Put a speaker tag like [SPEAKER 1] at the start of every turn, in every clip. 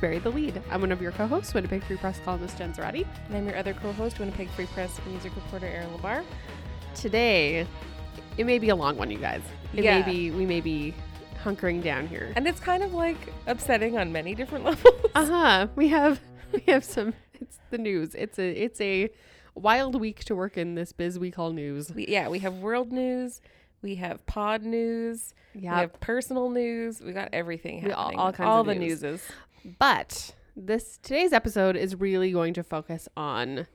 [SPEAKER 1] Carry the Lead. I'm one of your co hosts, Winnipeg Free Press columnist Jen Zarati.
[SPEAKER 2] And I'm your other co host, Winnipeg Free Press music reporter Erin Labar.
[SPEAKER 1] Today, it may be a long one, you guys. It
[SPEAKER 2] Yeah.
[SPEAKER 1] may be, we may be hunkering down here.
[SPEAKER 2] And it's kind of like upsetting on many different levels.
[SPEAKER 1] Uh huh. We have, we have some, it's the news. It's a, it's a wild week to work in this biz we call news.
[SPEAKER 2] We, yeah, we have world news, we have pod news, we
[SPEAKER 1] Yeah.
[SPEAKER 2] have personal news, we got everything
[SPEAKER 1] We- all-
[SPEAKER 2] happening.
[SPEAKER 1] all kinds of
[SPEAKER 2] the
[SPEAKER 1] news.
[SPEAKER 2] newses.
[SPEAKER 1] But this, today's episode is really going to focus on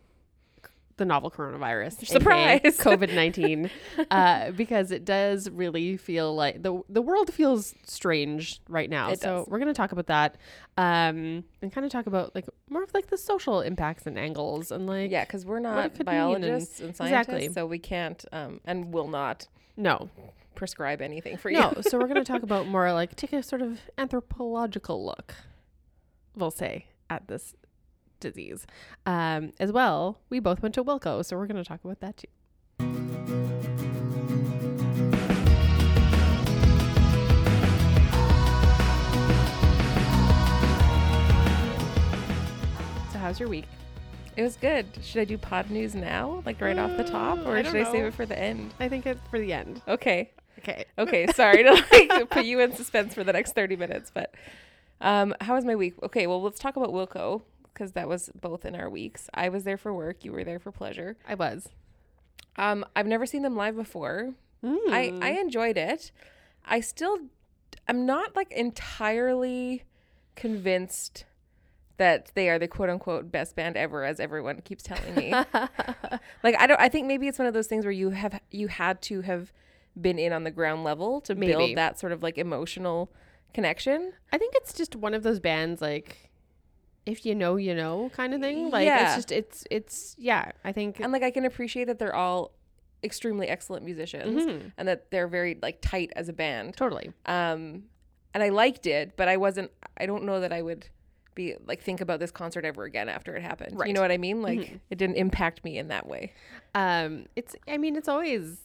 [SPEAKER 1] the novel coronavirus,
[SPEAKER 2] Surprise!
[SPEAKER 1] COVID nineteen, uh, because it does really feel like the the world feels strange right now.
[SPEAKER 2] It
[SPEAKER 1] so
[SPEAKER 2] does.
[SPEAKER 1] we're going to talk about that, um, and kind of talk about like more of like the social impacts and angles, and like
[SPEAKER 2] Yeah, because we're
[SPEAKER 1] it
[SPEAKER 2] not
[SPEAKER 1] could mean and-
[SPEAKER 2] biologists and, scientists,
[SPEAKER 1] Exactly.
[SPEAKER 2] so we can't um, and will not
[SPEAKER 1] no,
[SPEAKER 2] prescribe anything for you.
[SPEAKER 1] no. so we're going to talk about more like take a sort of anthropological look, we'll say, at this disease. Um, as well, we both went to Wilco, so we're going to talk about that too. So how's your week?
[SPEAKER 2] It was good. Should I do pod news now, like right off the top,
[SPEAKER 1] Uh,
[SPEAKER 2] or
[SPEAKER 1] I
[SPEAKER 2] should
[SPEAKER 1] don't
[SPEAKER 2] I save
[SPEAKER 1] know.
[SPEAKER 2] it for the end?
[SPEAKER 1] I think it's for the end.
[SPEAKER 2] Okay.
[SPEAKER 1] Okay.
[SPEAKER 2] Okay, sorry to like put you in suspense for the next 30 minutes, but um how was my week? Okay, well, let's talk about Wilco because that was both in our weeks. I was there for work, you were there for pleasure.
[SPEAKER 1] I was.
[SPEAKER 2] Um I've never seen them live before. I I enjoyed it. I still I'm not like entirely convinced that they are the quote unquote best band ever as everyone keeps telling me. like I don't I think maybe it's one of those things where you have you had to have been in on the ground level to
[SPEAKER 1] Maybe.
[SPEAKER 2] build that sort of like emotional connection.
[SPEAKER 1] I think it's just one of those bands like if you know, you know kind of thing. Like it's
[SPEAKER 2] Yeah.
[SPEAKER 1] just it's it's yeah, I think
[SPEAKER 2] And like I can appreciate that they're all extremely excellent musicians
[SPEAKER 1] Mhm.
[SPEAKER 2] and that they're very like tight as a band.
[SPEAKER 1] totally.
[SPEAKER 2] um and i liked it but i wasn't i don't know that i would be like think about this concert ever again after it happened
[SPEAKER 1] Right.
[SPEAKER 2] you know what i mean like it didn't impact me in that way
[SPEAKER 1] Um it's I mean it's always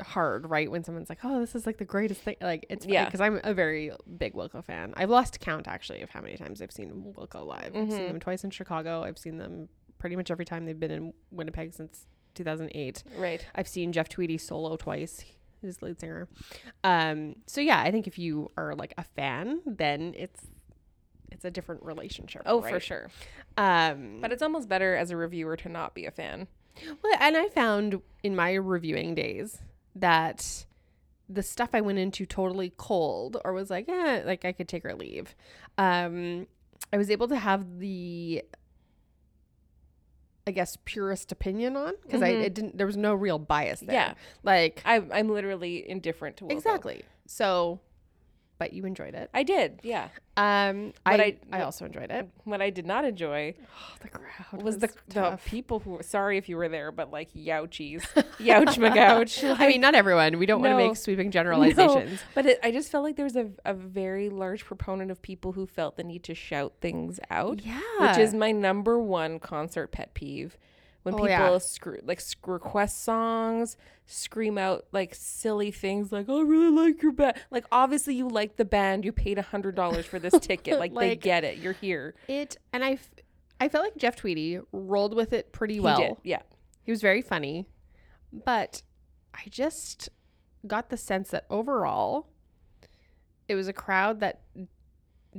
[SPEAKER 1] hard, right, when someone's like, "Oh, this is like the greatest thing." Like it's
[SPEAKER 2] Yeah.
[SPEAKER 1] because I'm a very big Wilco fan. I've lost count actually of how many times I've seen Wilco live. I've
[SPEAKER 2] Mm-hmm.
[SPEAKER 1] seen them twice in Chicago. I've seen them pretty much every time they've been in Winnipeg since 2008.
[SPEAKER 2] right
[SPEAKER 1] I've seen Jeff Tweedy solo twice, his lead singer. Um, so yeah, I think if you are like a fan, then it's it's a different relationship.
[SPEAKER 2] oh for
[SPEAKER 1] right?
[SPEAKER 2] sure
[SPEAKER 1] Um,
[SPEAKER 2] but it's almost better as a reviewer to not be a fan
[SPEAKER 1] well, and I found in my reviewing days that the stuff I went into totally cold or was like, eh, like I could take or leave. Um, I was able to have the, I guess, purest opinion on because I
[SPEAKER 2] Mhm.
[SPEAKER 1] it didn't. There was no real bias there.
[SPEAKER 2] Yeah.
[SPEAKER 1] like
[SPEAKER 2] I, i'm literally indifferent to Wilco.
[SPEAKER 1] Exactly. So, but you enjoyed it.
[SPEAKER 2] i did yeah
[SPEAKER 1] Um,
[SPEAKER 2] But
[SPEAKER 1] I, I
[SPEAKER 2] I-
[SPEAKER 1] also enjoyed it.
[SPEAKER 2] what i did not enjoy
[SPEAKER 1] Oh, the crowd
[SPEAKER 2] was the, the people who were sorry if you were there but like youchies youch magouch
[SPEAKER 1] I mean, not everyone. We don't want to
[SPEAKER 2] No.
[SPEAKER 1] make sweeping
[SPEAKER 2] No,
[SPEAKER 1] generalizations.
[SPEAKER 2] but it, I just felt like there was a, a very large proponent of people who felt the need to shout things out. Which is
[SPEAKER 1] Yeah.
[SPEAKER 2] my number one concert pet peeve. When
[SPEAKER 1] Oh,
[SPEAKER 2] people
[SPEAKER 1] yeah.
[SPEAKER 2] screw, like sc- request songs, scream out like silly things like "I really like your band." Like obviously you like the band, you paid a hundred dollars for this ticket. Like, they
[SPEAKER 1] Like-
[SPEAKER 2] get it, you're here.
[SPEAKER 1] It and I, f- I felt like Jeff Tweedy rolled with it pretty
[SPEAKER 2] He
[SPEAKER 1] well.
[SPEAKER 2] did, yeah.
[SPEAKER 1] He was very funny, but I just got the sense that overall, it was a crowd that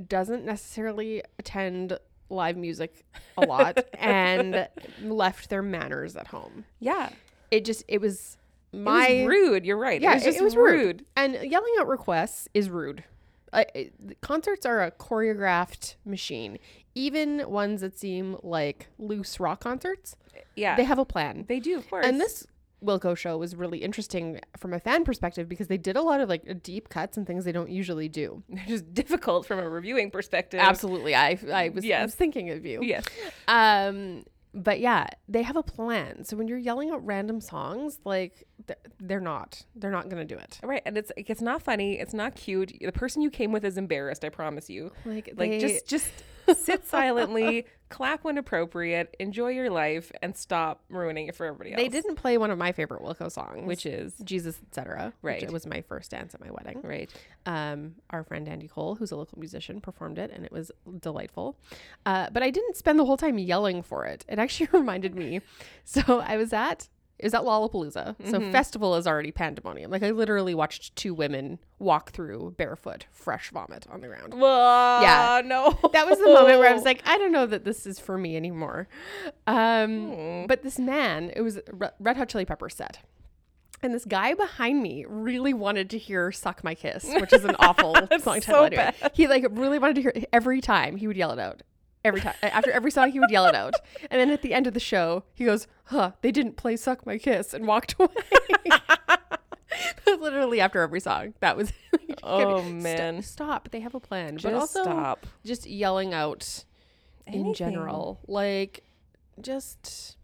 [SPEAKER 1] doesn't necessarily attend live music a lot and left their manners at home.
[SPEAKER 2] Yeah,
[SPEAKER 1] It just it was my
[SPEAKER 2] it was rude. You're right.
[SPEAKER 1] yeah,
[SPEAKER 2] it was just rude.
[SPEAKER 1] and yelling out requests is rude. I, I- the concerts are a choreographed machine. Even ones that seem like loose rock concerts,
[SPEAKER 2] Yeah,
[SPEAKER 1] they
[SPEAKER 2] they,
[SPEAKER 1] have a plan.
[SPEAKER 2] do, of course.
[SPEAKER 1] And this Wilco show was really interesting from a fan perspective because they did a lot of like deep cuts and things they don't usually do.
[SPEAKER 2] They're just difficult from a reviewing perspective.
[SPEAKER 1] Absolutely. I, I, was, I
[SPEAKER 2] Yes.
[SPEAKER 1] was thinking of you.
[SPEAKER 2] Yes.
[SPEAKER 1] Um, but yeah, they have a plan. So when you're yelling out random songs, like th- they're not, they're not going to do it.
[SPEAKER 2] Right, and it's like, it's not funny. It's not cute. The person you came with is embarrassed. I promise you.
[SPEAKER 1] Like,
[SPEAKER 2] Like
[SPEAKER 1] they-
[SPEAKER 2] just just sit silently, clap when appropriate, enjoy your life, and stop ruining it for everybody else.
[SPEAKER 1] They didn't play one of my favorite Wilco songs,
[SPEAKER 2] which is
[SPEAKER 1] Jesus, etc.
[SPEAKER 2] Right.
[SPEAKER 1] Which was my first dance at my wedding.
[SPEAKER 2] right.
[SPEAKER 1] Um, our friend Andy Cole, who's a local musician, performed it, and it was delightful. Uh, but I didn't spend the whole time yelling for it. It actually reminded me. So I was at it was at Lollapalooza. So festival is already pandemonium. Like I literally watched two women walk through barefoot, fresh vomit on the ground.
[SPEAKER 2] Well,
[SPEAKER 1] Yeah.
[SPEAKER 2] no.
[SPEAKER 1] That was the moment where I was like, I don't know that this is for me anymore. Um,
[SPEAKER 2] Hmm.
[SPEAKER 1] But this man, it was Re- Red Hot Chili Pepper set. And this guy behind me really wanted to hear "Suck My Kiss," which is an awful song title.
[SPEAKER 2] so
[SPEAKER 1] anyway. He like really wanted to hear it every time. He would yell it out every time after every song. He would yell it out, and then at the end of the show, he goes, "Huh? They didn't play "Suck My Kiss" and walked away." Literally after every song, that was.
[SPEAKER 2] Oh,
[SPEAKER 1] St-
[SPEAKER 2] man.
[SPEAKER 1] stop! They have a plan,
[SPEAKER 2] Just
[SPEAKER 1] but also
[SPEAKER 2] stop.
[SPEAKER 1] just yelling out in
[SPEAKER 2] Anything.
[SPEAKER 1] general, like just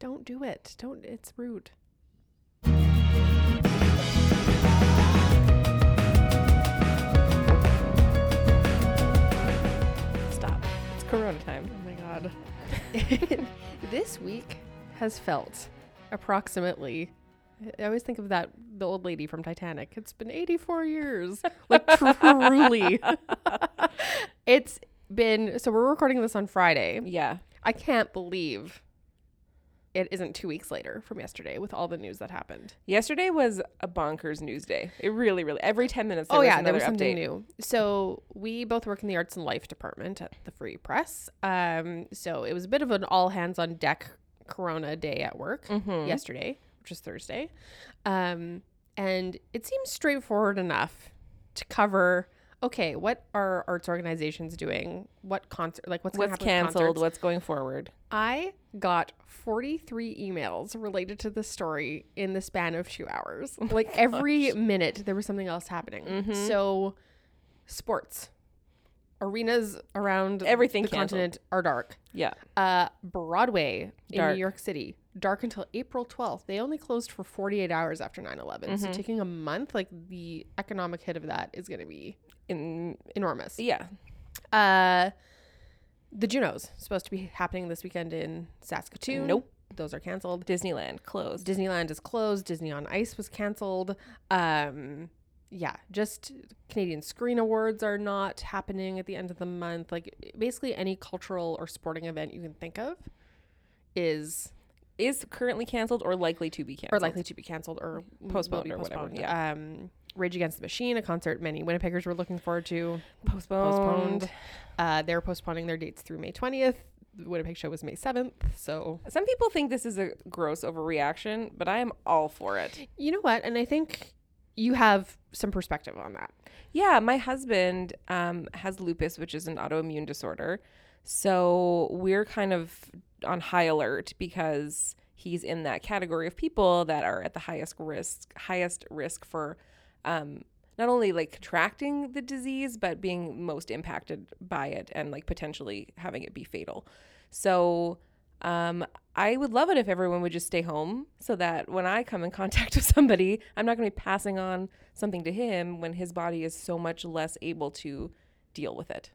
[SPEAKER 1] don't do it. Don't. It's rude.
[SPEAKER 2] Stop. It's Corona time. Oh my God.
[SPEAKER 1] this week has felt approximately. I always think of that the old lady from Titanic. It's been 84 years. Like truly. it's been so we're recording this on Friday.
[SPEAKER 2] Yeah.
[SPEAKER 1] I can't believe it isn't 2 weeks later from yesterday with all the news that happened.
[SPEAKER 2] Yesterday was a bonkers news day. It really, really every ten minutes. There
[SPEAKER 1] oh
[SPEAKER 2] was
[SPEAKER 1] yeah,
[SPEAKER 2] another
[SPEAKER 1] there was something
[SPEAKER 2] update.
[SPEAKER 1] new. So we both work in the arts and life department at the Free Press. Um, so it was a bit of an all hands on deck Corona day at work
[SPEAKER 2] Mm-hmm.
[SPEAKER 1] yesterday, which is Thursday, um, and it seems straightforward enough to cover. Okay, what are arts organizations doing? What concert? Like what's, gonna
[SPEAKER 2] What's
[SPEAKER 1] happen with
[SPEAKER 2] canceled?
[SPEAKER 1] concerts?
[SPEAKER 2] What's going forward?
[SPEAKER 1] I got 43 emails related to this story in the span of two hours.
[SPEAKER 2] Oh
[SPEAKER 1] Like every minute, there was something else happening.
[SPEAKER 2] Mm-hmm.
[SPEAKER 1] So, sports, arenas around
[SPEAKER 2] Everything
[SPEAKER 1] the
[SPEAKER 2] canceled.
[SPEAKER 1] continent are dark.
[SPEAKER 2] Yeah.
[SPEAKER 1] Uh, Broadway in
[SPEAKER 2] Dark.
[SPEAKER 1] New York City, dark until April 12th. They only closed for 48 hours after 9 11.
[SPEAKER 2] Mm-hmm.
[SPEAKER 1] So, taking a month, like the economic hit of that is going to be
[SPEAKER 2] In
[SPEAKER 1] enormous.
[SPEAKER 2] yeah.
[SPEAKER 1] Uh, the Junos supposed to be happening this weekend in Saskatoon.
[SPEAKER 2] Nope.
[SPEAKER 1] those are canceled.
[SPEAKER 2] Disneyland closed.
[SPEAKER 1] Disneyland is closed. Disney on Ice was canceled. Um, yeah, just Canadian Screen Awards are not happening at the end of the month. Like basically any cultural or sporting event you can think of is
[SPEAKER 2] Is currently canceled or likely to be
[SPEAKER 1] or
[SPEAKER 2] canceled.
[SPEAKER 1] likely to be canceled or will
[SPEAKER 2] Postponed
[SPEAKER 1] be
[SPEAKER 2] or whatever,
[SPEAKER 1] postponed. Um, Rage Against the Machine, a concert many Winnipeggers were looking forward to.
[SPEAKER 2] postponed.
[SPEAKER 1] postponed. Uh, they're postponing their dates through May 20th. The Winnipeg show was May 7th. So,
[SPEAKER 2] Some people think this is a gross overreaction, but I am all for it.
[SPEAKER 1] you know what? And I think you have some perspective on that.
[SPEAKER 2] Yeah, my husband um, has lupus, which is an autoimmune disorder. So we're kind of on high alert because he's in that category of people that are at the highest risk, highest risk for um, not only like contracting the disease, but being most impacted by it and like potentially having it be fatal. So um, I would love it if everyone would just stay home so that when I come in contact with somebody, I'm not going to be passing on something to him when his body is so much less able to deal with it.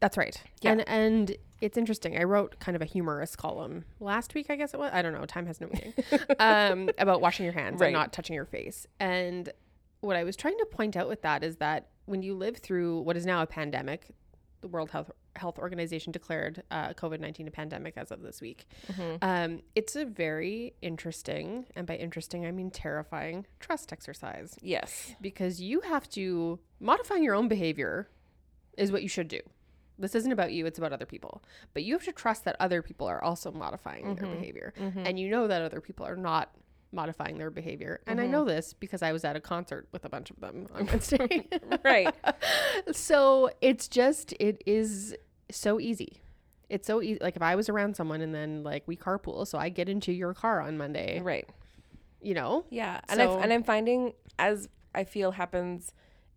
[SPEAKER 1] That's right.
[SPEAKER 2] Yeah.
[SPEAKER 1] And and it's interesting. I wrote kind of a humorous column last week, I guess it was. I don't know. Time has no meaning. um, about washing your hands
[SPEAKER 2] Right.
[SPEAKER 1] and not touching your face. And what I was trying to point out with that is that when you live through what is now a pandemic, the World Health Health Organization declared uh, COVID nineteen a pandemic as of this week.
[SPEAKER 2] Mm-hmm.
[SPEAKER 1] Um, it's a very interesting, and by interesting I mean terrifying, trust exercise
[SPEAKER 2] Yes.
[SPEAKER 1] because you have to modifying your own behavior is what you should do. This isn't about you, it's about other people. But you have to trust that other people are also modifying their behavior. And you know that other people are not modifying their behavior. And I know this because I was at a concert with a bunch of them on Wednesday.
[SPEAKER 2] Right.
[SPEAKER 1] so it's just it is so easy it's so easy like if i was around someone and then like we carpool so i get into your car on monday
[SPEAKER 2] right.
[SPEAKER 1] you know
[SPEAKER 2] Yeah, and I
[SPEAKER 1] So-
[SPEAKER 2] I and I'm finding as I feel happens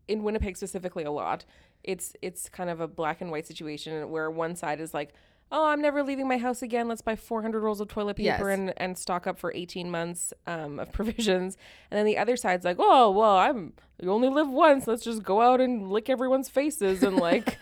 [SPEAKER 2] in Winnipeg specifically a lot. It's it's kind of a black and white situation where one side is like, oh, I'm never leaving my house again. Let's buy 400 rolls of toilet
[SPEAKER 1] Yes.
[SPEAKER 2] paper and, and stock up for 18 months um, of provisions. And then the other side's like, oh, well, I'm you only live once. Let's just go out and lick everyone's faces and like,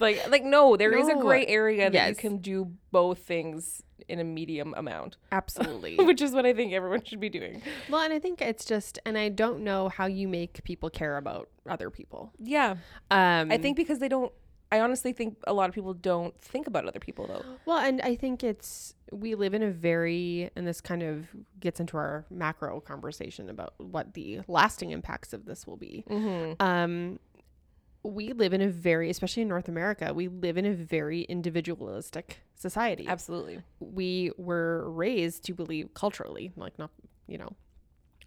[SPEAKER 2] like, like no, there is
[SPEAKER 1] No.
[SPEAKER 2] a gray area that you
[SPEAKER 1] Yes.
[SPEAKER 2] can do both things in a medium amount,
[SPEAKER 1] Absolutely.
[SPEAKER 2] which is what I think everyone should be doing.
[SPEAKER 1] well, and I think it's just, and I don't know how you make people care about other people.
[SPEAKER 2] Yeah,
[SPEAKER 1] Um,
[SPEAKER 2] I think because they don't. I honestly think a lot of people don't think about other people though.
[SPEAKER 1] Well, and I think it's we live in a very and this kind of gets into our macro conversation about what the lasting impacts of this will be.
[SPEAKER 2] Mm-hmm.
[SPEAKER 1] Um we live in a very especially in North America, we live in a very individualistic society.
[SPEAKER 2] Absolutely.
[SPEAKER 1] We were raised to believe culturally, like not, you know,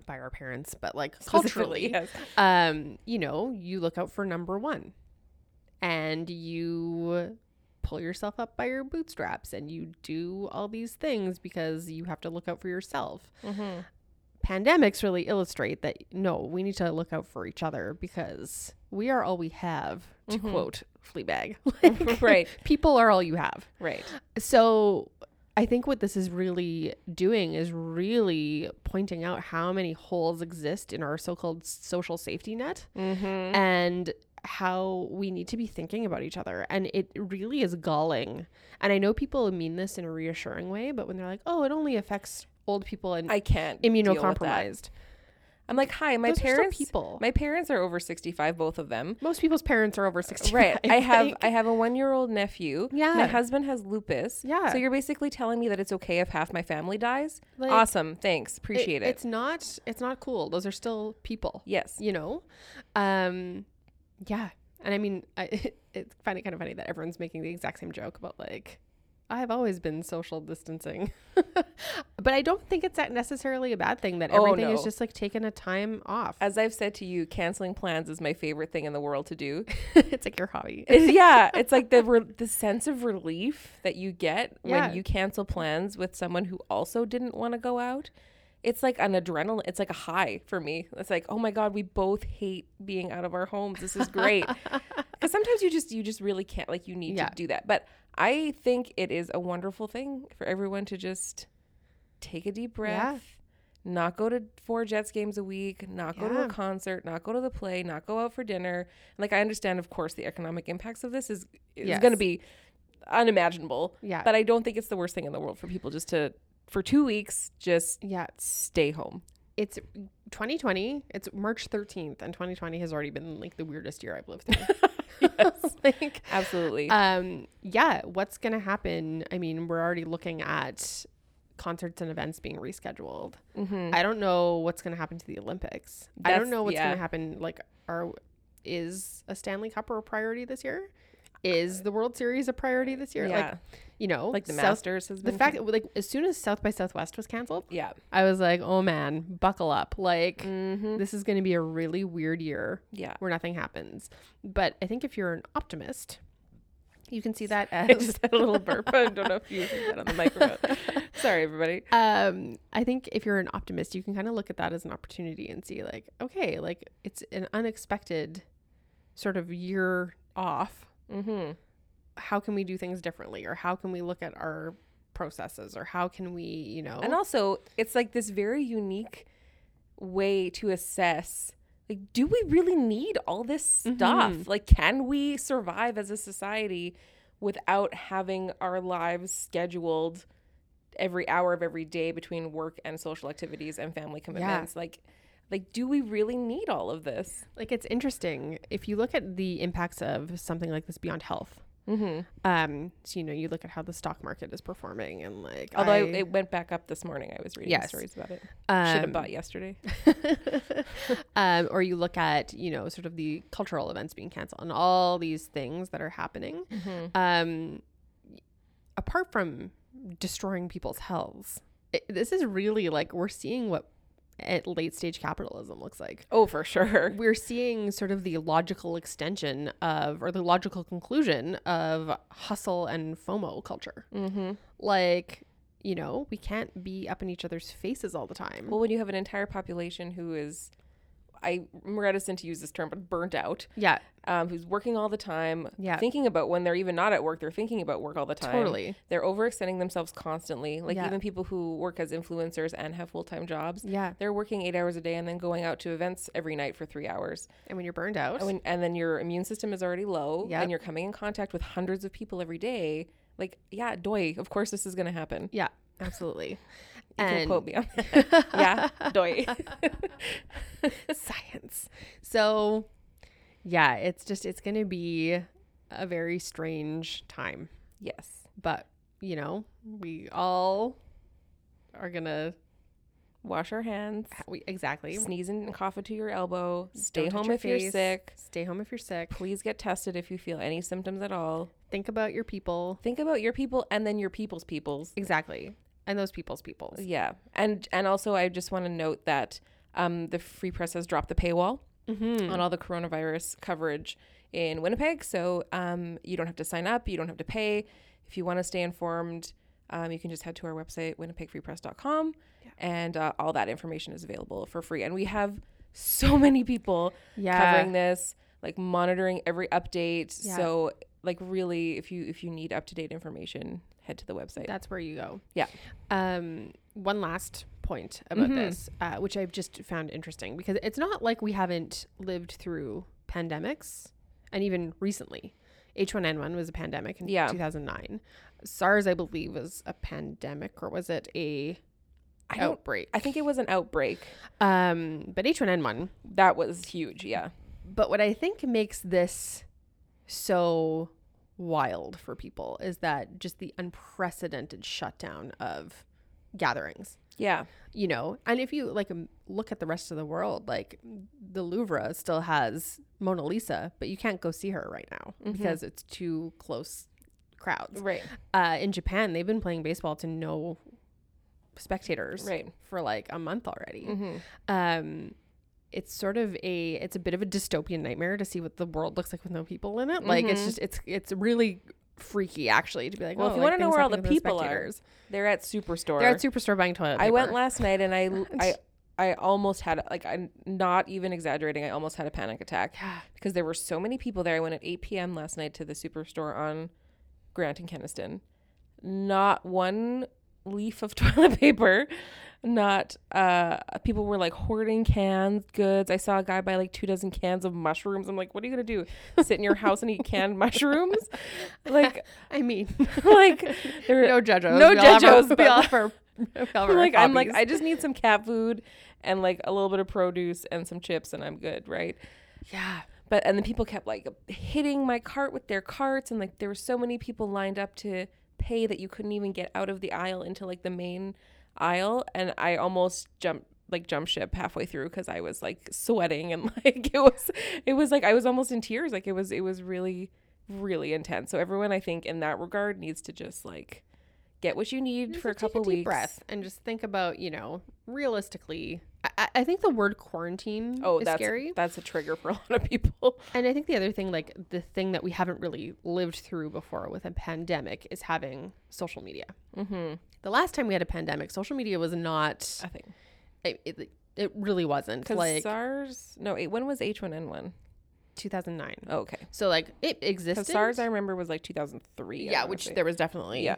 [SPEAKER 1] by our parents, but like
[SPEAKER 2] Specifically,
[SPEAKER 1] culturally
[SPEAKER 2] yes.
[SPEAKER 1] um, you know, you look out for number one and you pull yourself up by your bootstraps and you do all these things because you have to look out for yourself. Pandemics really illustrate that no, we need to look out for each other because we are all we have, to quote Fleabag. Like,
[SPEAKER 2] Right.
[SPEAKER 1] People are all you have.
[SPEAKER 2] Right.
[SPEAKER 1] So I think what this is really doing is really pointing out how many holes exist in our so called social safety net
[SPEAKER 2] Mm-hmm.
[SPEAKER 1] and how we need to be thinking about each other. And it really is galling. And I know people mean this in a reassuring way, but when they're like, oh, it only affects old people and
[SPEAKER 2] I can't deal with that.
[SPEAKER 1] immunocompromised,
[SPEAKER 2] I'm like, hi, my
[SPEAKER 1] Those are still
[SPEAKER 2] parents.
[SPEAKER 1] people.
[SPEAKER 2] My parents are over 65, both of them.
[SPEAKER 1] most people's parents are over 60.
[SPEAKER 2] Right. I have I have a one year old nephew.
[SPEAKER 1] Yeah.
[SPEAKER 2] My husband has lupus.
[SPEAKER 1] Yeah.
[SPEAKER 2] So you're basically telling me that it's okay if half my family dies.
[SPEAKER 1] Like-
[SPEAKER 2] awesome. Thanks. Appreciate it.
[SPEAKER 1] It's not, it's not cool. Those are still people.
[SPEAKER 2] yes.
[SPEAKER 1] you know um yeah and i mean i it find it kind of funny that everyone's making the exact same joke about like i've always been social distancing but i don't think it's that necessarily a bad thing that
[SPEAKER 2] Oh,
[SPEAKER 1] everything is
[SPEAKER 2] no.
[SPEAKER 1] just like taking a time off
[SPEAKER 2] As I've said to you, canceling plans is my favorite thing in the world to do.
[SPEAKER 1] it's like your hobby
[SPEAKER 2] It- yeah, it's like the re- the sense of relief that you get
[SPEAKER 1] Yeah.
[SPEAKER 2] when you cancel plans with someone who also didn't want to go out. It's like an adrenaline. It's like a high for me. It's like, oh my god, we both hate being out of our homes. This is great. Because sometimes you just you just really can't. Like you need
[SPEAKER 1] Yeah.
[SPEAKER 2] to do that. But I think it is a wonderful thing for everyone to just take a deep breath. Not go to four Jets games a week, not go to
[SPEAKER 1] Yeah.
[SPEAKER 2] a concert, not go to the play, not go out for dinner. And like I understand, of course, the economic impacts of this is is
[SPEAKER 1] Yes.
[SPEAKER 2] going to be unimaginable.
[SPEAKER 1] Yeah.
[SPEAKER 2] But I don't think it's the worst thing in the world for people just to for two weeks just
[SPEAKER 1] yeah
[SPEAKER 2] stay home.
[SPEAKER 1] it's 2020 it's march 13th and 2020 has already been like the weirdest year i've lived through like
[SPEAKER 2] Absolutely.
[SPEAKER 1] um yeah what's gonna happen i mean we're already looking at concerts and events being rescheduled i don't know what's gonna happen to the olympics i don't
[SPEAKER 2] Mm-hmm. That's-
[SPEAKER 1] know what's
[SPEAKER 2] yeah.
[SPEAKER 1] gonna happen like are is a stanley cup a priority this year is the world series a priority this year like
[SPEAKER 2] Yeah.
[SPEAKER 1] you know
[SPEAKER 2] like the
[SPEAKER 1] South-
[SPEAKER 2] Masters has
[SPEAKER 1] the
[SPEAKER 2] been
[SPEAKER 1] fact like as soon as south by southwest was canceled
[SPEAKER 2] yeah.
[SPEAKER 1] i was like oh man buckle up like
[SPEAKER 2] Mhm.
[SPEAKER 1] this is gonna be a really weird year
[SPEAKER 2] Yeah.
[SPEAKER 1] where nothing happens but i think if you're an optimist you can see that
[SPEAKER 2] I
[SPEAKER 1] as
[SPEAKER 2] just had a little burp. I don't know if you heard that on the microphone. Sorry, everybody.
[SPEAKER 1] um i think if you're an optimist you can kind of look at that as an opportunity and see like okay like it's an unexpected sort of year off
[SPEAKER 2] Mm-hmm.
[SPEAKER 1] how can we do things differently or how can we look at our processes or how can we you know
[SPEAKER 2] And also, it's like this very unique way to assess like do we really need all this stuff?
[SPEAKER 1] Mm-hmm.
[SPEAKER 2] Like can we survive as a society without having our lives scheduled every hour of every day between work and social activities and family commitments? Like like do we really need all of this?
[SPEAKER 1] like it's interesting if you look at the impacts of something like this beyond health
[SPEAKER 2] Mhm.
[SPEAKER 1] um so you know you look at how the stock market is performing and like
[SPEAKER 2] Although I,
[SPEAKER 1] I-
[SPEAKER 2] it went back up this morning. I was reading
[SPEAKER 1] Yes.
[SPEAKER 2] stories about it. Should
[SPEAKER 1] um,
[SPEAKER 2] have bought yesterday.
[SPEAKER 1] um, or you look at you know sort of the cultural events being canceled and all these things that are happening um, apart from destroying people's health it, this is really like we're seeing what at late stage capitalism looks like
[SPEAKER 2] Oh, for sure.
[SPEAKER 1] we're seeing sort of the logical extension of or the logical conclusion of hustle and fomo culture
[SPEAKER 2] Mhm.
[SPEAKER 1] like you know we can't be up in each other's faces all the time
[SPEAKER 2] Well, when you have an entire population who is, I'm reticent to use this term, but burnt out
[SPEAKER 1] yeah
[SPEAKER 2] um, who's working all the time,
[SPEAKER 1] Yeah.
[SPEAKER 2] thinking about when they're even not at work, they're thinking about work all the time.
[SPEAKER 1] Totally.
[SPEAKER 2] They're overextending themselves constantly. Like
[SPEAKER 1] Yeah.
[SPEAKER 2] even people who work as influencers and have full time jobs,
[SPEAKER 1] Yeah.
[SPEAKER 2] they're working eight hours a day and then going out to events every night for three hours.
[SPEAKER 1] And when you're burned out,
[SPEAKER 2] And, when, and then your immune system is already low
[SPEAKER 1] Yep.
[SPEAKER 2] and you're coming in contact with hundreds of people every day. Like, yeah, doy, of course this is going to happen.
[SPEAKER 1] yeah, absolutely.
[SPEAKER 2] You can
[SPEAKER 1] and
[SPEAKER 2] quote me on that. yeah, doy.
[SPEAKER 1] science. So, yeah, it's just it's going to be a very strange time,
[SPEAKER 2] yes.
[SPEAKER 1] but you know, we all are going to
[SPEAKER 2] Wash our hands.
[SPEAKER 1] we exactly
[SPEAKER 2] Sneeze and cough into your elbow. Stay
[SPEAKER 1] Don't touch
[SPEAKER 2] home
[SPEAKER 1] your
[SPEAKER 2] if you're
[SPEAKER 1] face.
[SPEAKER 2] sick.
[SPEAKER 1] Stay home if you're sick.
[SPEAKER 2] Please get tested if you feel any symptoms at all.
[SPEAKER 1] Think about your people.
[SPEAKER 2] Think about your people and then your people's peoples.
[SPEAKER 1] Exactly. And those people's peoples.
[SPEAKER 2] Yeah. And and also I just want to note that um, the Free Press has dropped the paywall
[SPEAKER 1] Mm-hmm.
[SPEAKER 2] on all the coronavirus coverage in Winnipeg. So um, you don't have to sign up, you don't have to pay. If you want to stay informed, um, you can just head to our website, winnipegfreepress.com, and uh, all that information is available for free. And we have so many people
[SPEAKER 1] Yeah.
[SPEAKER 2] covering this, like monitoring every update.
[SPEAKER 1] Yeah.
[SPEAKER 2] So like really, if you if you need up to date information, head to the website.
[SPEAKER 1] That's where you go.
[SPEAKER 2] Yeah. Mm-hmm.
[SPEAKER 1] Um, one last point about this, uh, which I've just found interesting because it's not like we haven't lived through pandemics and even recently. H1N1 was a pandemic in
[SPEAKER 2] Yeah.
[SPEAKER 1] 2009. SARS, I believe, was a pandemic or was it a
[SPEAKER 2] I don't.
[SPEAKER 1] outbreak?
[SPEAKER 2] I think it was an outbreak
[SPEAKER 1] Um, but H1N1
[SPEAKER 2] that was huge. Yeah.
[SPEAKER 1] But what I think makes this so wild for people is that just the unprecedented shutdown of gatherings,
[SPEAKER 2] Yeah.
[SPEAKER 1] you know? And if you like m- look at the rest of the world, like the Louvre still has Mona Lisa, but you can't go see her right now
[SPEAKER 2] Mm-hmm.
[SPEAKER 1] because it's too close crowds.
[SPEAKER 2] Right.
[SPEAKER 1] Uh, in Japan, they've been playing baseball to no spectators
[SPEAKER 2] Right.
[SPEAKER 1] for like a month already
[SPEAKER 2] Mm-hmm.
[SPEAKER 1] um it's sort of a it's a bit of a dystopian nightmare to see what the world looks like with no people in it like it's just it's it's really freaky actually to be like
[SPEAKER 2] Mm-hmm. Well, if
[SPEAKER 1] oh,
[SPEAKER 2] you
[SPEAKER 1] like,
[SPEAKER 2] wanna know
[SPEAKER 1] things
[SPEAKER 2] where all the
[SPEAKER 1] happening with
[SPEAKER 2] people are,
[SPEAKER 1] spectators.
[SPEAKER 2] They're at Superstore.
[SPEAKER 1] they're at superstore buying toilet paper.
[SPEAKER 2] I went last night and I I I almost had like I'm not even exaggerating. I almost had a panic attack because there were so many people there. I went at 8 p.m. last night to the superstore on Grant and Keniston. Not one leaf of toilet paper. Not uh people were like hoarding canned goods. I saw a guy buy like two dozen cans of mushrooms. I'm like, what are you gonna do? Sit in your house and eat canned mushrooms? Like
[SPEAKER 1] i mean
[SPEAKER 2] like there were
[SPEAKER 1] no judges
[SPEAKER 2] No
[SPEAKER 1] we all have our-
[SPEAKER 2] judges,
[SPEAKER 1] we all
[SPEAKER 2] but-
[SPEAKER 1] have our- we all have our
[SPEAKER 2] like I'm like
[SPEAKER 1] hobbies.
[SPEAKER 2] I just need some cat food and like a little bit of produce and some chips and I'm good, right?
[SPEAKER 1] yeah
[SPEAKER 2] But and then people kept like hitting my cart with their carts and like there were so many people lined up to pay that you couldn't even get out of the aisle into like the main aisle and I almost jumped like jump ship halfway through because I was like sweating and like it was it was like I was almost in tears like it was it was really really intense so everyone I think in that regard needs to just like get what you need
[SPEAKER 1] Just
[SPEAKER 2] for a
[SPEAKER 1] like, take
[SPEAKER 2] couple
[SPEAKER 1] deep
[SPEAKER 2] weeks
[SPEAKER 1] breath and just think about you know realistically I- I, I think the word quarantine
[SPEAKER 2] Oh,
[SPEAKER 1] is
[SPEAKER 2] that's
[SPEAKER 1] scary.
[SPEAKER 2] that's a trigger for a lot of people.
[SPEAKER 1] And I think the other thing, like the thing that we haven't really lived through before with a pandemic, is having social media.
[SPEAKER 2] Mm-hmm.
[SPEAKER 1] The last time we had a pandemic, social media was not.
[SPEAKER 2] I think
[SPEAKER 1] It, it, it really wasn't
[SPEAKER 2] because
[SPEAKER 1] like
[SPEAKER 2] SARS. No, it, when was H one N one?
[SPEAKER 1] 2009.
[SPEAKER 2] Oh, okay,
[SPEAKER 1] So like it existed.
[SPEAKER 2] because SARS I remember was like two thousand three.
[SPEAKER 1] yeah, which there was definitely.
[SPEAKER 2] Yeah.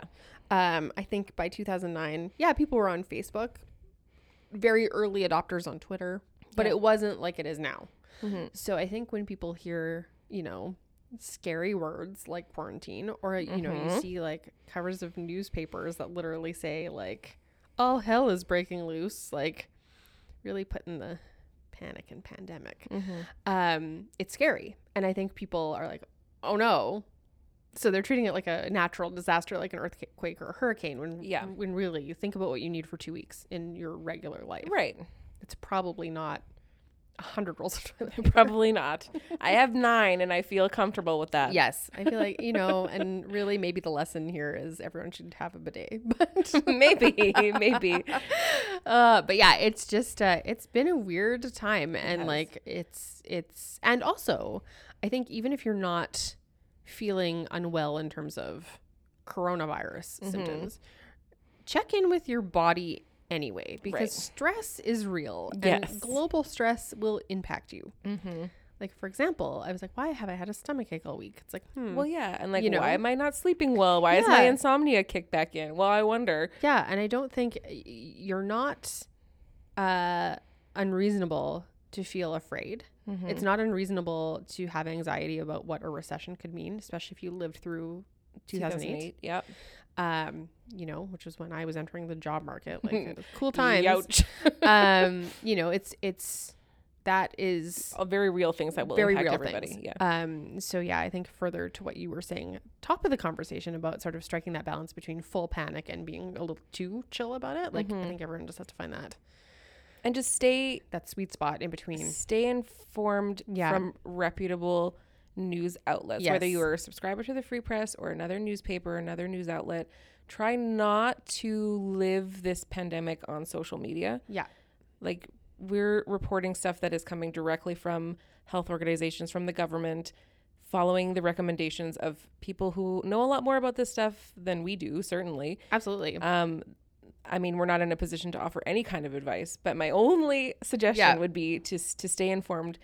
[SPEAKER 1] Um, I think by 2009, yeah, people were on Facebook. Very early adopters on Twitter, but
[SPEAKER 2] Yeah.
[SPEAKER 1] it wasn't like it is now.
[SPEAKER 2] Mhm.
[SPEAKER 1] So I think when people hear, you know, scary words like quarantine, or you know, you
[SPEAKER 2] Mhm.
[SPEAKER 1] see like covers of newspapers that literally say like all hell is breaking loose, like really putting the panic and pandemic.
[SPEAKER 2] Mm-hmm.
[SPEAKER 1] Um, it's scary, and I think people are like, oh no. So they're treating it like a natural disaster, like an earthquake or a hurricane. When
[SPEAKER 2] Yeah.
[SPEAKER 1] when really you think about what you need for two weeks in your regular life,
[SPEAKER 2] Right,
[SPEAKER 1] it's probably not a hundred rolls of toilet paper.
[SPEAKER 2] probably not. I have nine, and I feel comfortable with that.
[SPEAKER 1] Yes, I feel like you know, and really, maybe the lesson here is everyone should have a bidet. But
[SPEAKER 2] maybe, maybe.
[SPEAKER 1] uh, but yeah, it's just uh, it's been a weird time, and
[SPEAKER 2] has.
[SPEAKER 1] like it's it's and also, I think even if you're not feeling unwell in terms of coronavirus
[SPEAKER 2] Mm-hmm.
[SPEAKER 1] symptoms, check in with your body anyway because
[SPEAKER 2] Right.
[SPEAKER 1] stress is real.
[SPEAKER 2] Yes.
[SPEAKER 1] and global stress will impact you.
[SPEAKER 2] Mm-hmm.
[SPEAKER 1] Like for example, I was like, why have I had a stomach ache all week? It's like, hmm.
[SPEAKER 2] Well, yeah, and like,
[SPEAKER 1] You know?
[SPEAKER 2] why am I not sleeping well? Why is my
[SPEAKER 1] Yeah.
[SPEAKER 2] insomnia kicked back in? Well, I wonder.
[SPEAKER 1] yeah, and I don't think uh, y- you're not uh, unreasonable to feel afraid. It's not unreasonable to have anxiety about what a recession could mean, especially if you lived through 2008.
[SPEAKER 2] Yep.
[SPEAKER 1] um, you know, which was when I was entering the job market. Like it was cool times.
[SPEAKER 2] Youch.
[SPEAKER 1] um, you know, it's it's that is
[SPEAKER 2] All very real things that will
[SPEAKER 1] very
[SPEAKER 2] impact
[SPEAKER 1] real
[SPEAKER 2] everybody.
[SPEAKER 1] things.
[SPEAKER 2] Yeah.
[SPEAKER 1] Um, so yeah, I think further to what you were saying, top of the conversation about sort of striking that balance between full panic and being a little too chill about it. Like
[SPEAKER 2] Mm-hmm.
[SPEAKER 1] I think everyone just has to find that
[SPEAKER 2] And just stay
[SPEAKER 1] that sweet spot in between.
[SPEAKER 2] stay informed
[SPEAKER 1] Yeah.
[SPEAKER 2] from reputable news outlets whether you
[SPEAKER 1] Yes.
[SPEAKER 2] are a subscriber to the free press or another newspaper or another news outlet try not to live this pandemic on social media
[SPEAKER 1] Yeah.
[SPEAKER 2] like we're reporting stuff that is coming directly from health organizations from the government following the recommendations of people who know a lot more about this stuff than we do certainly
[SPEAKER 1] Absolutely.
[SPEAKER 2] um, I mean, we're not in a position to offer any kind of advice, but my only suggestion
[SPEAKER 1] Yeah.
[SPEAKER 2] would be to s- to stay informed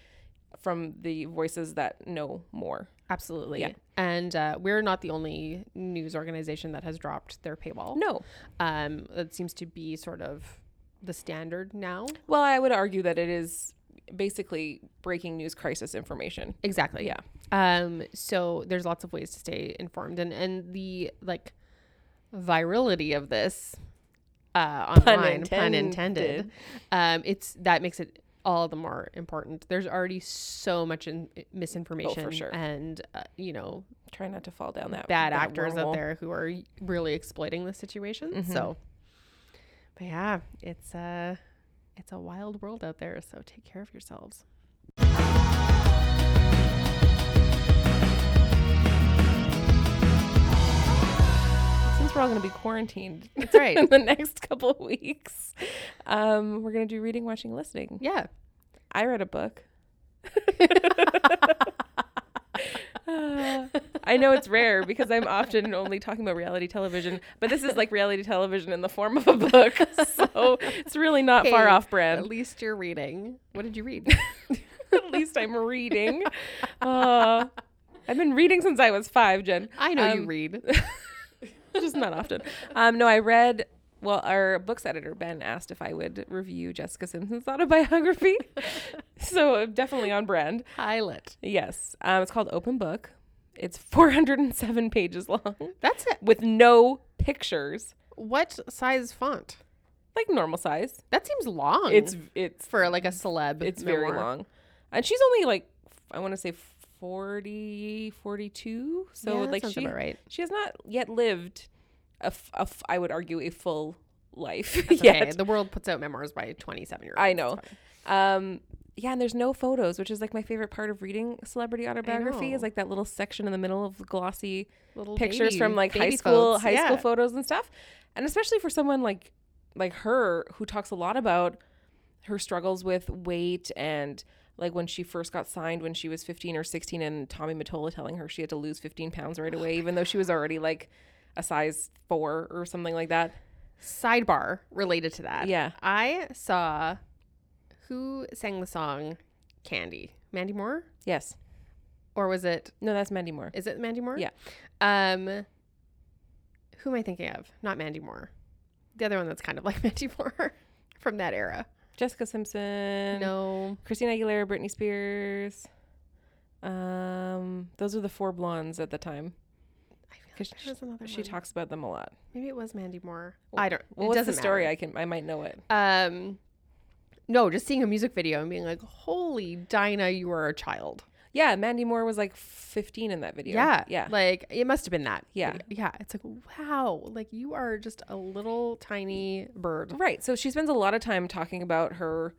[SPEAKER 2] from the voices that know more.
[SPEAKER 1] Absolutely.
[SPEAKER 2] yeah.
[SPEAKER 1] And uh, we're not the only news organization that has dropped their paywall.
[SPEAKER 2] No,
[SPEAKER 1] Um, that seems to be sort of the standard now.
[SPEAKER 2] well, I would argue that it is basically breaking news crisis information.
[SPEAKER 1] Exactly.
[SPEAKER 2] Yeah.
[SPEAKER 1] Um, so there's lots of ways to stay informed and and the like virility of this uh online pun intended.
[SPEAKER 2] intended.
[SPEAKER 1] Um it's that makes it all the more important. There's already so much in, misinformation
[SPEAKER 2] Oh, sure.
[SPEAKER 1] and uh, you know
[SPEAKER 2] Try not to fall down that
[SPEAKER 1] bad
[SPEAKER 2] that
[SPEAKER 1] actors out
[SPEAKER 2] wormhole.
[SPEAKER 1] there who are really exploiting the situation. So
[SPEAKER 2] Mm-hmm.
[SPEAKER 1] but yeah, it's uh it's a wild world out there, so take care of yourselves.
[SPEAKER 2] Since we're all going to be quarantined
[SPEAKER 1] That's right.
[SPEAKER 2] in the next couple of weeks, um, we're going to do reading, watching, listening.
[SPEAKER 1] yeah.
[SPEAKER 2] I read a book. I know it's rare because I'm often only talking about reality television, but this is like reality television in the form of a book. So it's really not far
[SPEAKER 1] Hey,
[SPEAKER 2] off
[SPEAKER 1] At
[SPEAKER 2] brand.
[SPEAKER 1] least you're reading. What did you read?
[SPEAKER 2] At least I'm reading. Uh, I've been reading since I was five, Jen.
[SPEAKER 1] I know you
[SPEAKER 2] Um,
[SPEAKER 1] read.
[SPEAKER 2] just not often. Um, no, I read. Well, our books editor Ben asked if I would review Jessica Simpson's autobiography, so uh, definitely on brand.
[SPEAKER 1] Pilot.
[SPEAKER 2] Yes, um, it's called Open Book. It's 407 pages long
[SPEAKER 1] That's it.
[SPEAKER 2] with no pictures,
[SPEAKER 1] What size font?
[SPEAKER 2] like normal size.
[SPEAKER 1] That seems long.
[SPEAKER 2] It's it's
[SPEAKER 1] for like a celeb.
[SPEAKER 2] it's very
[SPEAKER 1] memoir.
[SPEAKER 2] long, and she's only like I want to say 40, 42. So
[SPEAKER 1] Yeah, that
[SPEAKER 2] like
[SPEAKER 1] sounds
[SPEAKER 2] she
[SPEAKER 1] about right.
[SPEAKER 2] she has not yet lived a, f- a f- I would argue a full life
[SPEAKER 1] It's
[SPEAKER 2] yet.
[SPEAKER 1] Okay, the world puts out memoirs by 27 year olds.
[SPEAKER 2] I know. Um, yeah, and there's no photos, which is like my favorite part of reading celebrity autobiography is
[SPEAKER 1] know.
[SPEAKER 2] like that little section in the middle of glossy
[SPEAKER 1] Little
[SPEAKER 2] pictures
[SPEAKER 1] baby-
[SPEAKER 2] from like high
[SPEAKER 1] baby
[SPEAKER 2] school,
[SPEAKER 1] folks,
[SPEAKER 2] high school
[SPEAKER 1] yeah.
[SPEAKER 2] photos and stuff. And especially for someone like like her who talks a lot about her struggles with weight and like when she first got signed when she was 15 or 16 and Tommy Mottola telling her she had to lose 15 pounds right away even though she was already like a size 4 or something like that.
[SPEAKER 1] Sidebar related to that.
[SPEAKER 2] Yeah.
[SPEAKER 1] I saw who sang the song Candy. Mandy Moore,
[SPEAKER 2] Yes.
[SPEAKER 1] or was it?
[SPEAKER 2] No, that's Mandy Moore.
[SPEAKER 1] Is it Mandy Moore?
[SPEAKER 2] Yeah.
[SPEAKER 1] Um, who am I thinking of? Not Mandy Moore. The other one that's kind of like Mandy Moore from that era.
[SPEAKER 2] Jessica Simpson.
[SPEAKER 1] No.
[SPEAKER 2] Christina Aguilera, Britney Spears. Um, those were the four blondes at the time.
[SPEAKER 1] I feel like
[SPEAKER 2] 'Cause
[SPEAKER 1] there was another
[SPEAKER 2] She
[SPEAKER 1] one.
[SPEAKER 2] talks about them a lot.
[SPEAKER 1] Maybe it was Mandy Moore. I don't.
[SPEAKER 2] Well,
[SPEAKER 1] it
[SPEAKER 2] what's
[SPEAKER 1] doesn't
[SPEAKER 2] the story? I can, I might know it.
[SPEAKER 1] matter. Um, no, just seeing a music video and being like, "Holy Dinah, you are a child."
[SPEAKER 2] Yeah, Mandy Moore was like 15 in that video.
[SPEAKER 1] Yeah,
[SPEAKER 2] yeah.
[SPEAKER 1] Like it must have been that.
[SPEAKER 2] Yeah.
[SPEAKER 1] video. yeah. It's like wow, like you are just a little tiny bird.
[SPEAKER 2] right. So she spends a lot of time talking about her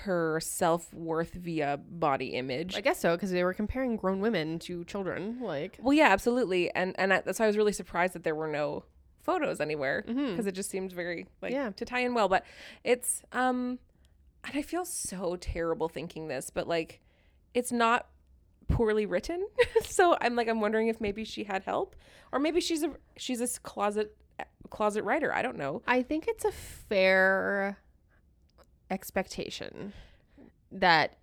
[SPEAKER 2] her self worth via body image.
[SPEAKER 1] I guess so because they were comparing grown women to children. Like
[SPEAKER 2] well, yeah, absolutely. And and I, that's why I was really surprised that there were no photos anywhere because it just seemed very like
[SPEAKER 1] Mm-hmm. Yeah.
[SPEAKER 2] to tie in well. But it's um, and I feel so terrible thinking this, but like, it's not poorly written. so I'm like, I'm wondering if maybe she had help, or maybe she's a she's a s- closet closet writer. I don't know.
[SPEAKER 1] I think it's a fair expectation that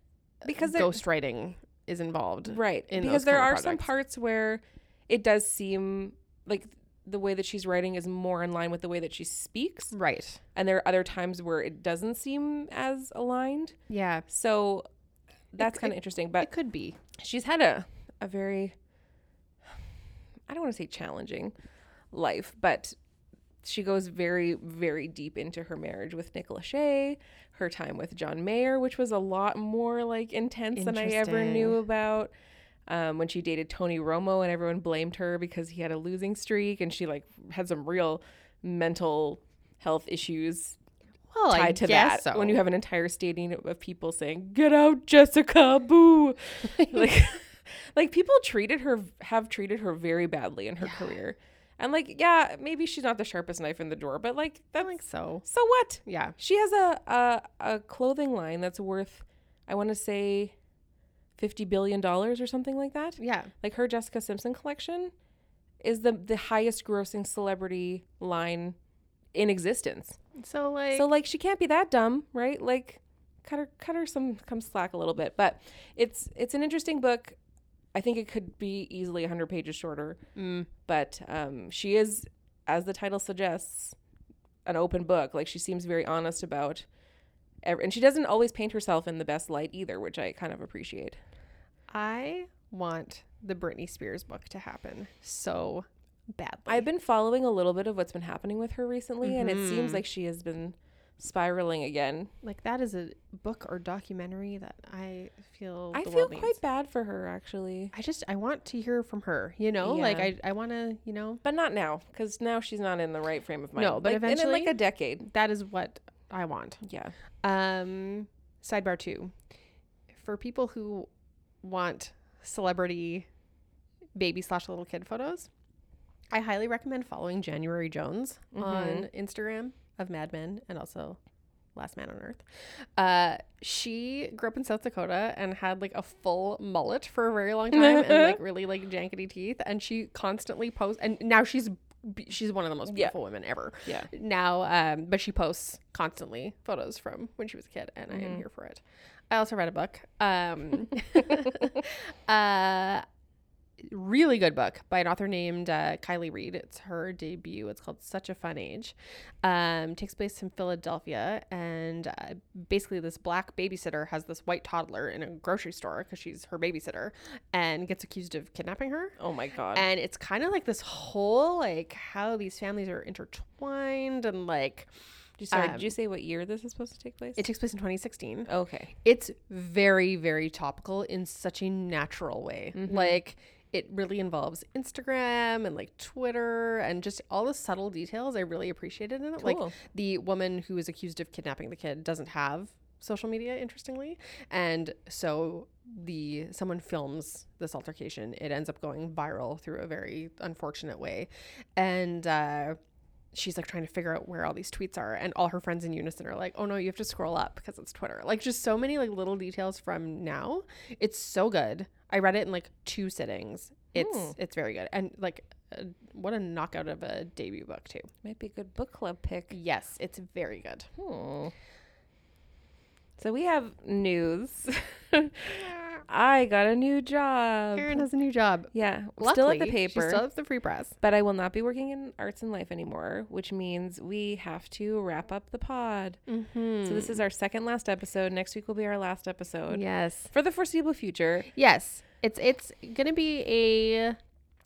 [SPEAKER 2] because there,
[SPEAKER 1] ghostwriting is involved.
[SPEAKER 2] right
[SPEAKER 1] in
[SPEAKER 2] because
[SPEAKER 1] those
[SPEAKER 2] there
[SPEAKER 1] kind
[SPEAKER 2] are
[SPEAKER 1] of
[SPEAKER 2] some
[SPEAKER 1] projects.
[SPEAKER 2] parts where it does seem like the way that she's writing is more in line with the way that she speaks
[SPEAKER 1] Right.
[SPEAKER 2] and there are other times where it doesn't seem as aligned
[SPEAKER 1] Yeah.
[SPEAKER 2] so that's
[SPEAKER 1] c-
[SPEAKER 2] kind of interesting but
[SPEAKER 1] It could be.
[SPEAKER 2] she's had a a very I don't want to say challenging life, but she goes very very deep into her marriage with Nick Lachey, her time with John Mayer, which was a lot more like intense than I ever knew
[SPEAKER 1] Interesting.
[SPEAKER 2] about. Um, when she dated Tony Romo and everyone blamed her because he had a losing streak and she like had some real mental health issues
[SPEAKER 1] Well,
[SPEAKER 2] tied
[SPEAKER 1] I
[SPEAKER 2] to
[SPEAKER 1] guess
[SPEAKER 2] that
[SPEAKER 1] so.
[SPEAKER 2] when you have an entire stadium of people saying get out jessica boo like like people treated her have treated her very badly in her career and like yeah maybe she's not the sharpest knife in the drawer but like
[SPEAKER 1] I
[SPEAKER 2] that
[SPEAKER 1] think so.
[SPEAKER 2] so what
[SPEAKER 1] Yeah.
[SPEAKER 2] she has a a, a clothing line that's worth i want to say 50 billion dollars or something like that
[SPEAKER 1] Yeah.
[SPEAKER 2] like her Jessica Simpson collection is the the highest grossing celebrity line in existence.
[SPEAKER 1] So like.
[SPEAKER 2] So like she can't be that dumb, right? Like cut her cut her some come slack a little bit. But it's it's an interesting book. I think it could be easily 100 pages shorter,
[SPEAKER 1] Mm.
[SPEAKER 2] but um, she is, as the title suggests, an open book. Like she seems very honest about, ev- and she doesn't always paint herself in the best light either, which I kind of appreciate.
[SPEAKER 1] I want the Britney Spears book to happen so badly.
[SPEAKER 2] I've been following a little bit of what's been happening with her recently, and it seems like she has been spiraling again.
[SPEAKER 1] like that is a book or documentary that I feel
[SPEAKER 2] I
[SPEAKER 1] the
[SPEAKER 2] feel
[SPEAKER 1] world
[SPEAKER 2] quite
[SPEAKER 1] needs.
[SPEAKER 2] bad for her, actually.
[SPEAKER 1] I just I want to hear from her, you know? Like
[SPEAKER 2] Yeah.
[SPEAKER 1] I I want to, you know,
[SPEAKER 2] But not now, because now she's not in the right frame of mind.
[SPEAKER 1] No, but
[SPEAKER 2] Like, and in like
[SPEAKER 1] eventually-
[SPEAKER 2] a decade.
[SPEAKER 1] that is what I want.
[SPEAKER 2] Yeah.
[SPEAKER 1] Um sidebar 2. For people who want celebrity baby slash little kid photos, I highly recommend following January Jones on Instagram of Mad Men and also Last Man on Earth. Uh, she grew up in South Dakota and had like a full mullet for a very long time and like really like jankety teeth. And she constantly posts, and now she's be- she's one of the most
[SPEAKER 2] Yeah.
[SPEAKER 1] beautiful women ever.
[SPEAKER 2] Yeah.
[SPEAKER 1] Now, um, but she posts constantly photos from when she was a kid, and I am here for it. I also read a book. Um, uh, really good book by an author named uh, Kylie Reed. It's her debut. It's called Such a Fun Age. Um, takes place in Philadelphia, and uh, basically this black babysitter has this white toddler in a grocery store because she's her babysitter, and gets accused of kidnapping her.
[SPEAKER 2] Oh my god.
[SPEAKER 1] And it's kind of like this whole like how these families are intertwined and like
[SPEAKER 2] Did you- sorry, did you say what year this is supposed to take place?
[SPEAKER 1] um, it takes place in 2016
[SPEAKER 2] okay.
[SPEAKER 1] it's very very topical in such a natural way like it really involves instagram and like twitter and just all the subtle details i really appreciated in it
[SPEAKER 2] Cool.
[SPEAKER 1] like the woman who is accused of kidnapping the kid doesn't have social media interestingly and so the someone films this altercation it ends up going viral through a very unfortunate way and uh she's like trying to figure out where all these tweets are and all her friends in unison are like oh no you have to scroll up because it's twitter like just so many like little details from now it's so good i read it in like two sittings it's
[SPEAKER 2] Hmm.
[SPEAKER 1] it's very good and like uh, what a knockout of a debut book too
[SPEAKER 2] Might be a good book club pick.
[SPEAKER 1] yes it's very good
[SPEAKER 2] Hmm. So we have news. I got a new job.
[SPEAKER 1] Karen has a new job
[SPEAKER 2] Yeah. still at the
[SPEAKER 1] Luckily,
[SPEAKER 2] paper.
[SPEAKER 1] she's still at the free press
[SPEAKER 2] But I will not be working in arts and life anymore, which means we have to wrap up the pod.
[SPEAKER 1] mm-hmm.
[SPEAKER 2] So this is our second last episode. Next week will be our last episode
[SPEAKER 1] yes
[SPEAKER 2] for the foreseeable future.
[SPEAKER 1] yes it's it's gonna be a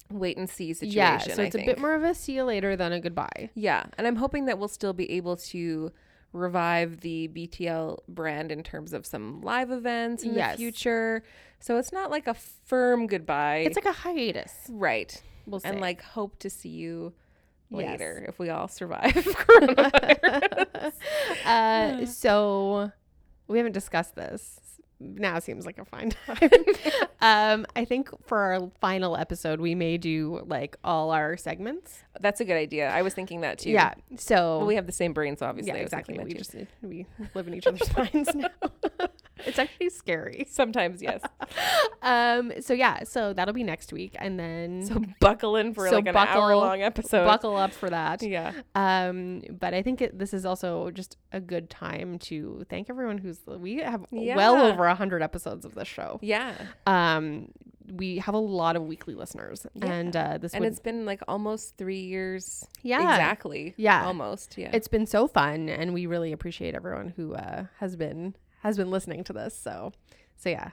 [SPEAKER 2] Wait and see situation.
[SPEAKER 1] yeah so
[SPEAKER 2] I
[SPEAKER 1] it's a
[SPEAKER 2] think.
[SPEAKER 1] bit more of a see you later than a goodbye
[SPEAKER 2] Yeah, and I'm hoping that we'll still be able to revive the BTL brand in terms of some live events in
[SPEAKER 1] Yes.
[SPEAKER 2] the future. So it's not like a firm goodbye.
[SPEAKER 1] it's like a hiatus
[SPEAKER 2] right.
[SPEAKER 1] we'll see
[SPEAKER 2] And like hope to see you
[SPEAKER 1] Yes.
[SPEAKER 2] later if we all survive coronavirus.
[SPEAKER 1] Uh, so we haven't discussed this. Now seems like a fine time. um, I think for our final episode, we may do like all our segments.
[SPEAKER 2] That's a good idea. I was thinking that too.
[SPEAKER 1] Yeah. So
[SPEAKER 2] Well, we have the same brains, obviously.
[SPEAKER 1] yeah,
[SPEAKER 2] I was thinking
[SPEAKER 1] exactly.
[SPEAKER 2] that
[SPEAKER 1] We
[SPEAKER 2] too.
[SPEAKER 1] just we live in each other's minds now. It's actually scary.
[SPEAKER 2] Sometimes, yes.
[SPEAKER 1] Um, so yeah, so that'll be next week, and then
[SPEAKER 2] So buckle in for
[SPEAKER 1] So
[SPEAKER 2] like an
[SPEAKER 1] buckle-
[SPEAKER 2] hour long episode.
[SPEAKER 1] buckle up for that.
[SPEAKER 2] Yeah.
[SPEAKER 1] Um, but I think it, this is also just a good time to thank everyone who's we have well
[SPEAKER 2] Yeah.
[SPEAKER 1] over a hundred episodes of this show.
[SPEAKER 2] Yeah.
[SPEAKER 1] Um, we have a lot of weekly listeners,
[SPEAKER 2] Yeah.
[SPEAKER 1] and uh, this
[SPEAKER 2] And
[SPEAKER 1] would,
[SPEAKER 2] it's been like almost three years.
[SPEAKER 1] Yeah.
[SPEAKER 2] Exactly.
[SPEAKER 1] Yeah.
[SPEAKER 2] Almost. Yeah.
[SPEAKER 1] it's been so fun, and we really appreciate everyone who uh, has been has been listening to this. So, so yeah,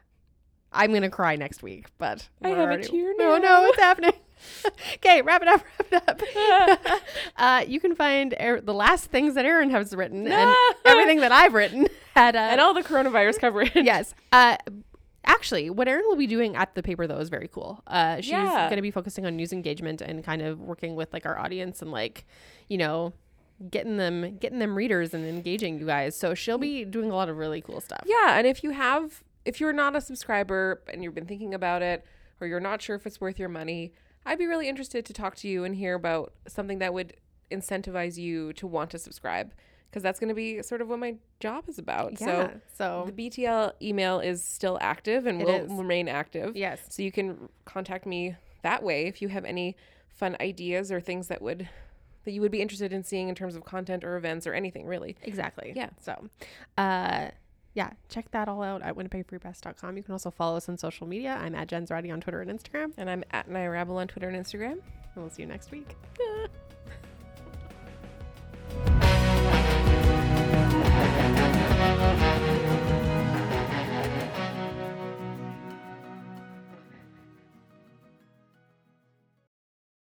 [SPEAKER 1] I'm gonna cry next week, but
[SPEAKER 2] I
[SPEAKER 1] we're
[SPEAKER 2] have a tear
[SPEAKER 1] No, no,
[SPEAKER 2] now.
[SPEAKER 1] it's happening. okay, wrap it up, wrap it up. uh, you can find er- the last things that Erin has written and everything that I've written at uh,
[SPEAKER 2] and all the coronavirus coverage.
[SPEAKER 1] yes. Uh, actually, what Erin will be doing at the paper though is very cool. Uh, she's
[SPEAKER 2] Yeah.
[SPEAKER 1] going to be focusing on news engagement and kind of working with like our audience and like, you know, getting them getting them readers and engaging you guys. So she'll be doing a lot of really cool stuff.
[SPEAKER 2] Yeah, and if you have, if you're not a subscriber and you've been thinking about it, or you're not sure if it's worth your money, I'd be really interested to talk to you and hear about something that would incentivize you to want to subscribe, because that's going to be sort of what my job is about.
[SPEAKER 1] Yeah,
[SPEAKER 2] So the
[SPEAKER 1] so
[SPEAKER 2] BTL email is still active and
[SPEAKER 1] It
[SPEAKER 2] will
[SPEAKER 1] is.
[SPEAKER 2] remain active.
[SPEAKER 1] yes.
[SPEAKER 2] So you can contact me that way if you have any fun ideas or things that would that you would be interested in seeing in terms of content or events or anything really.
[SPEAKER 1] Exactly.
[SPEAKER 2] Yeah.
[SPEAKER 1] So, uh, yeah, check that all out at winnipegfreepress.com. You can also follow us on social media. I'm at Jen's Writing on Twitter and Instagram.
[SPEAKER 2] And I'm at Nairabel on Twitter and Instagram.
[SPEAKER 1] And we'll see you next week.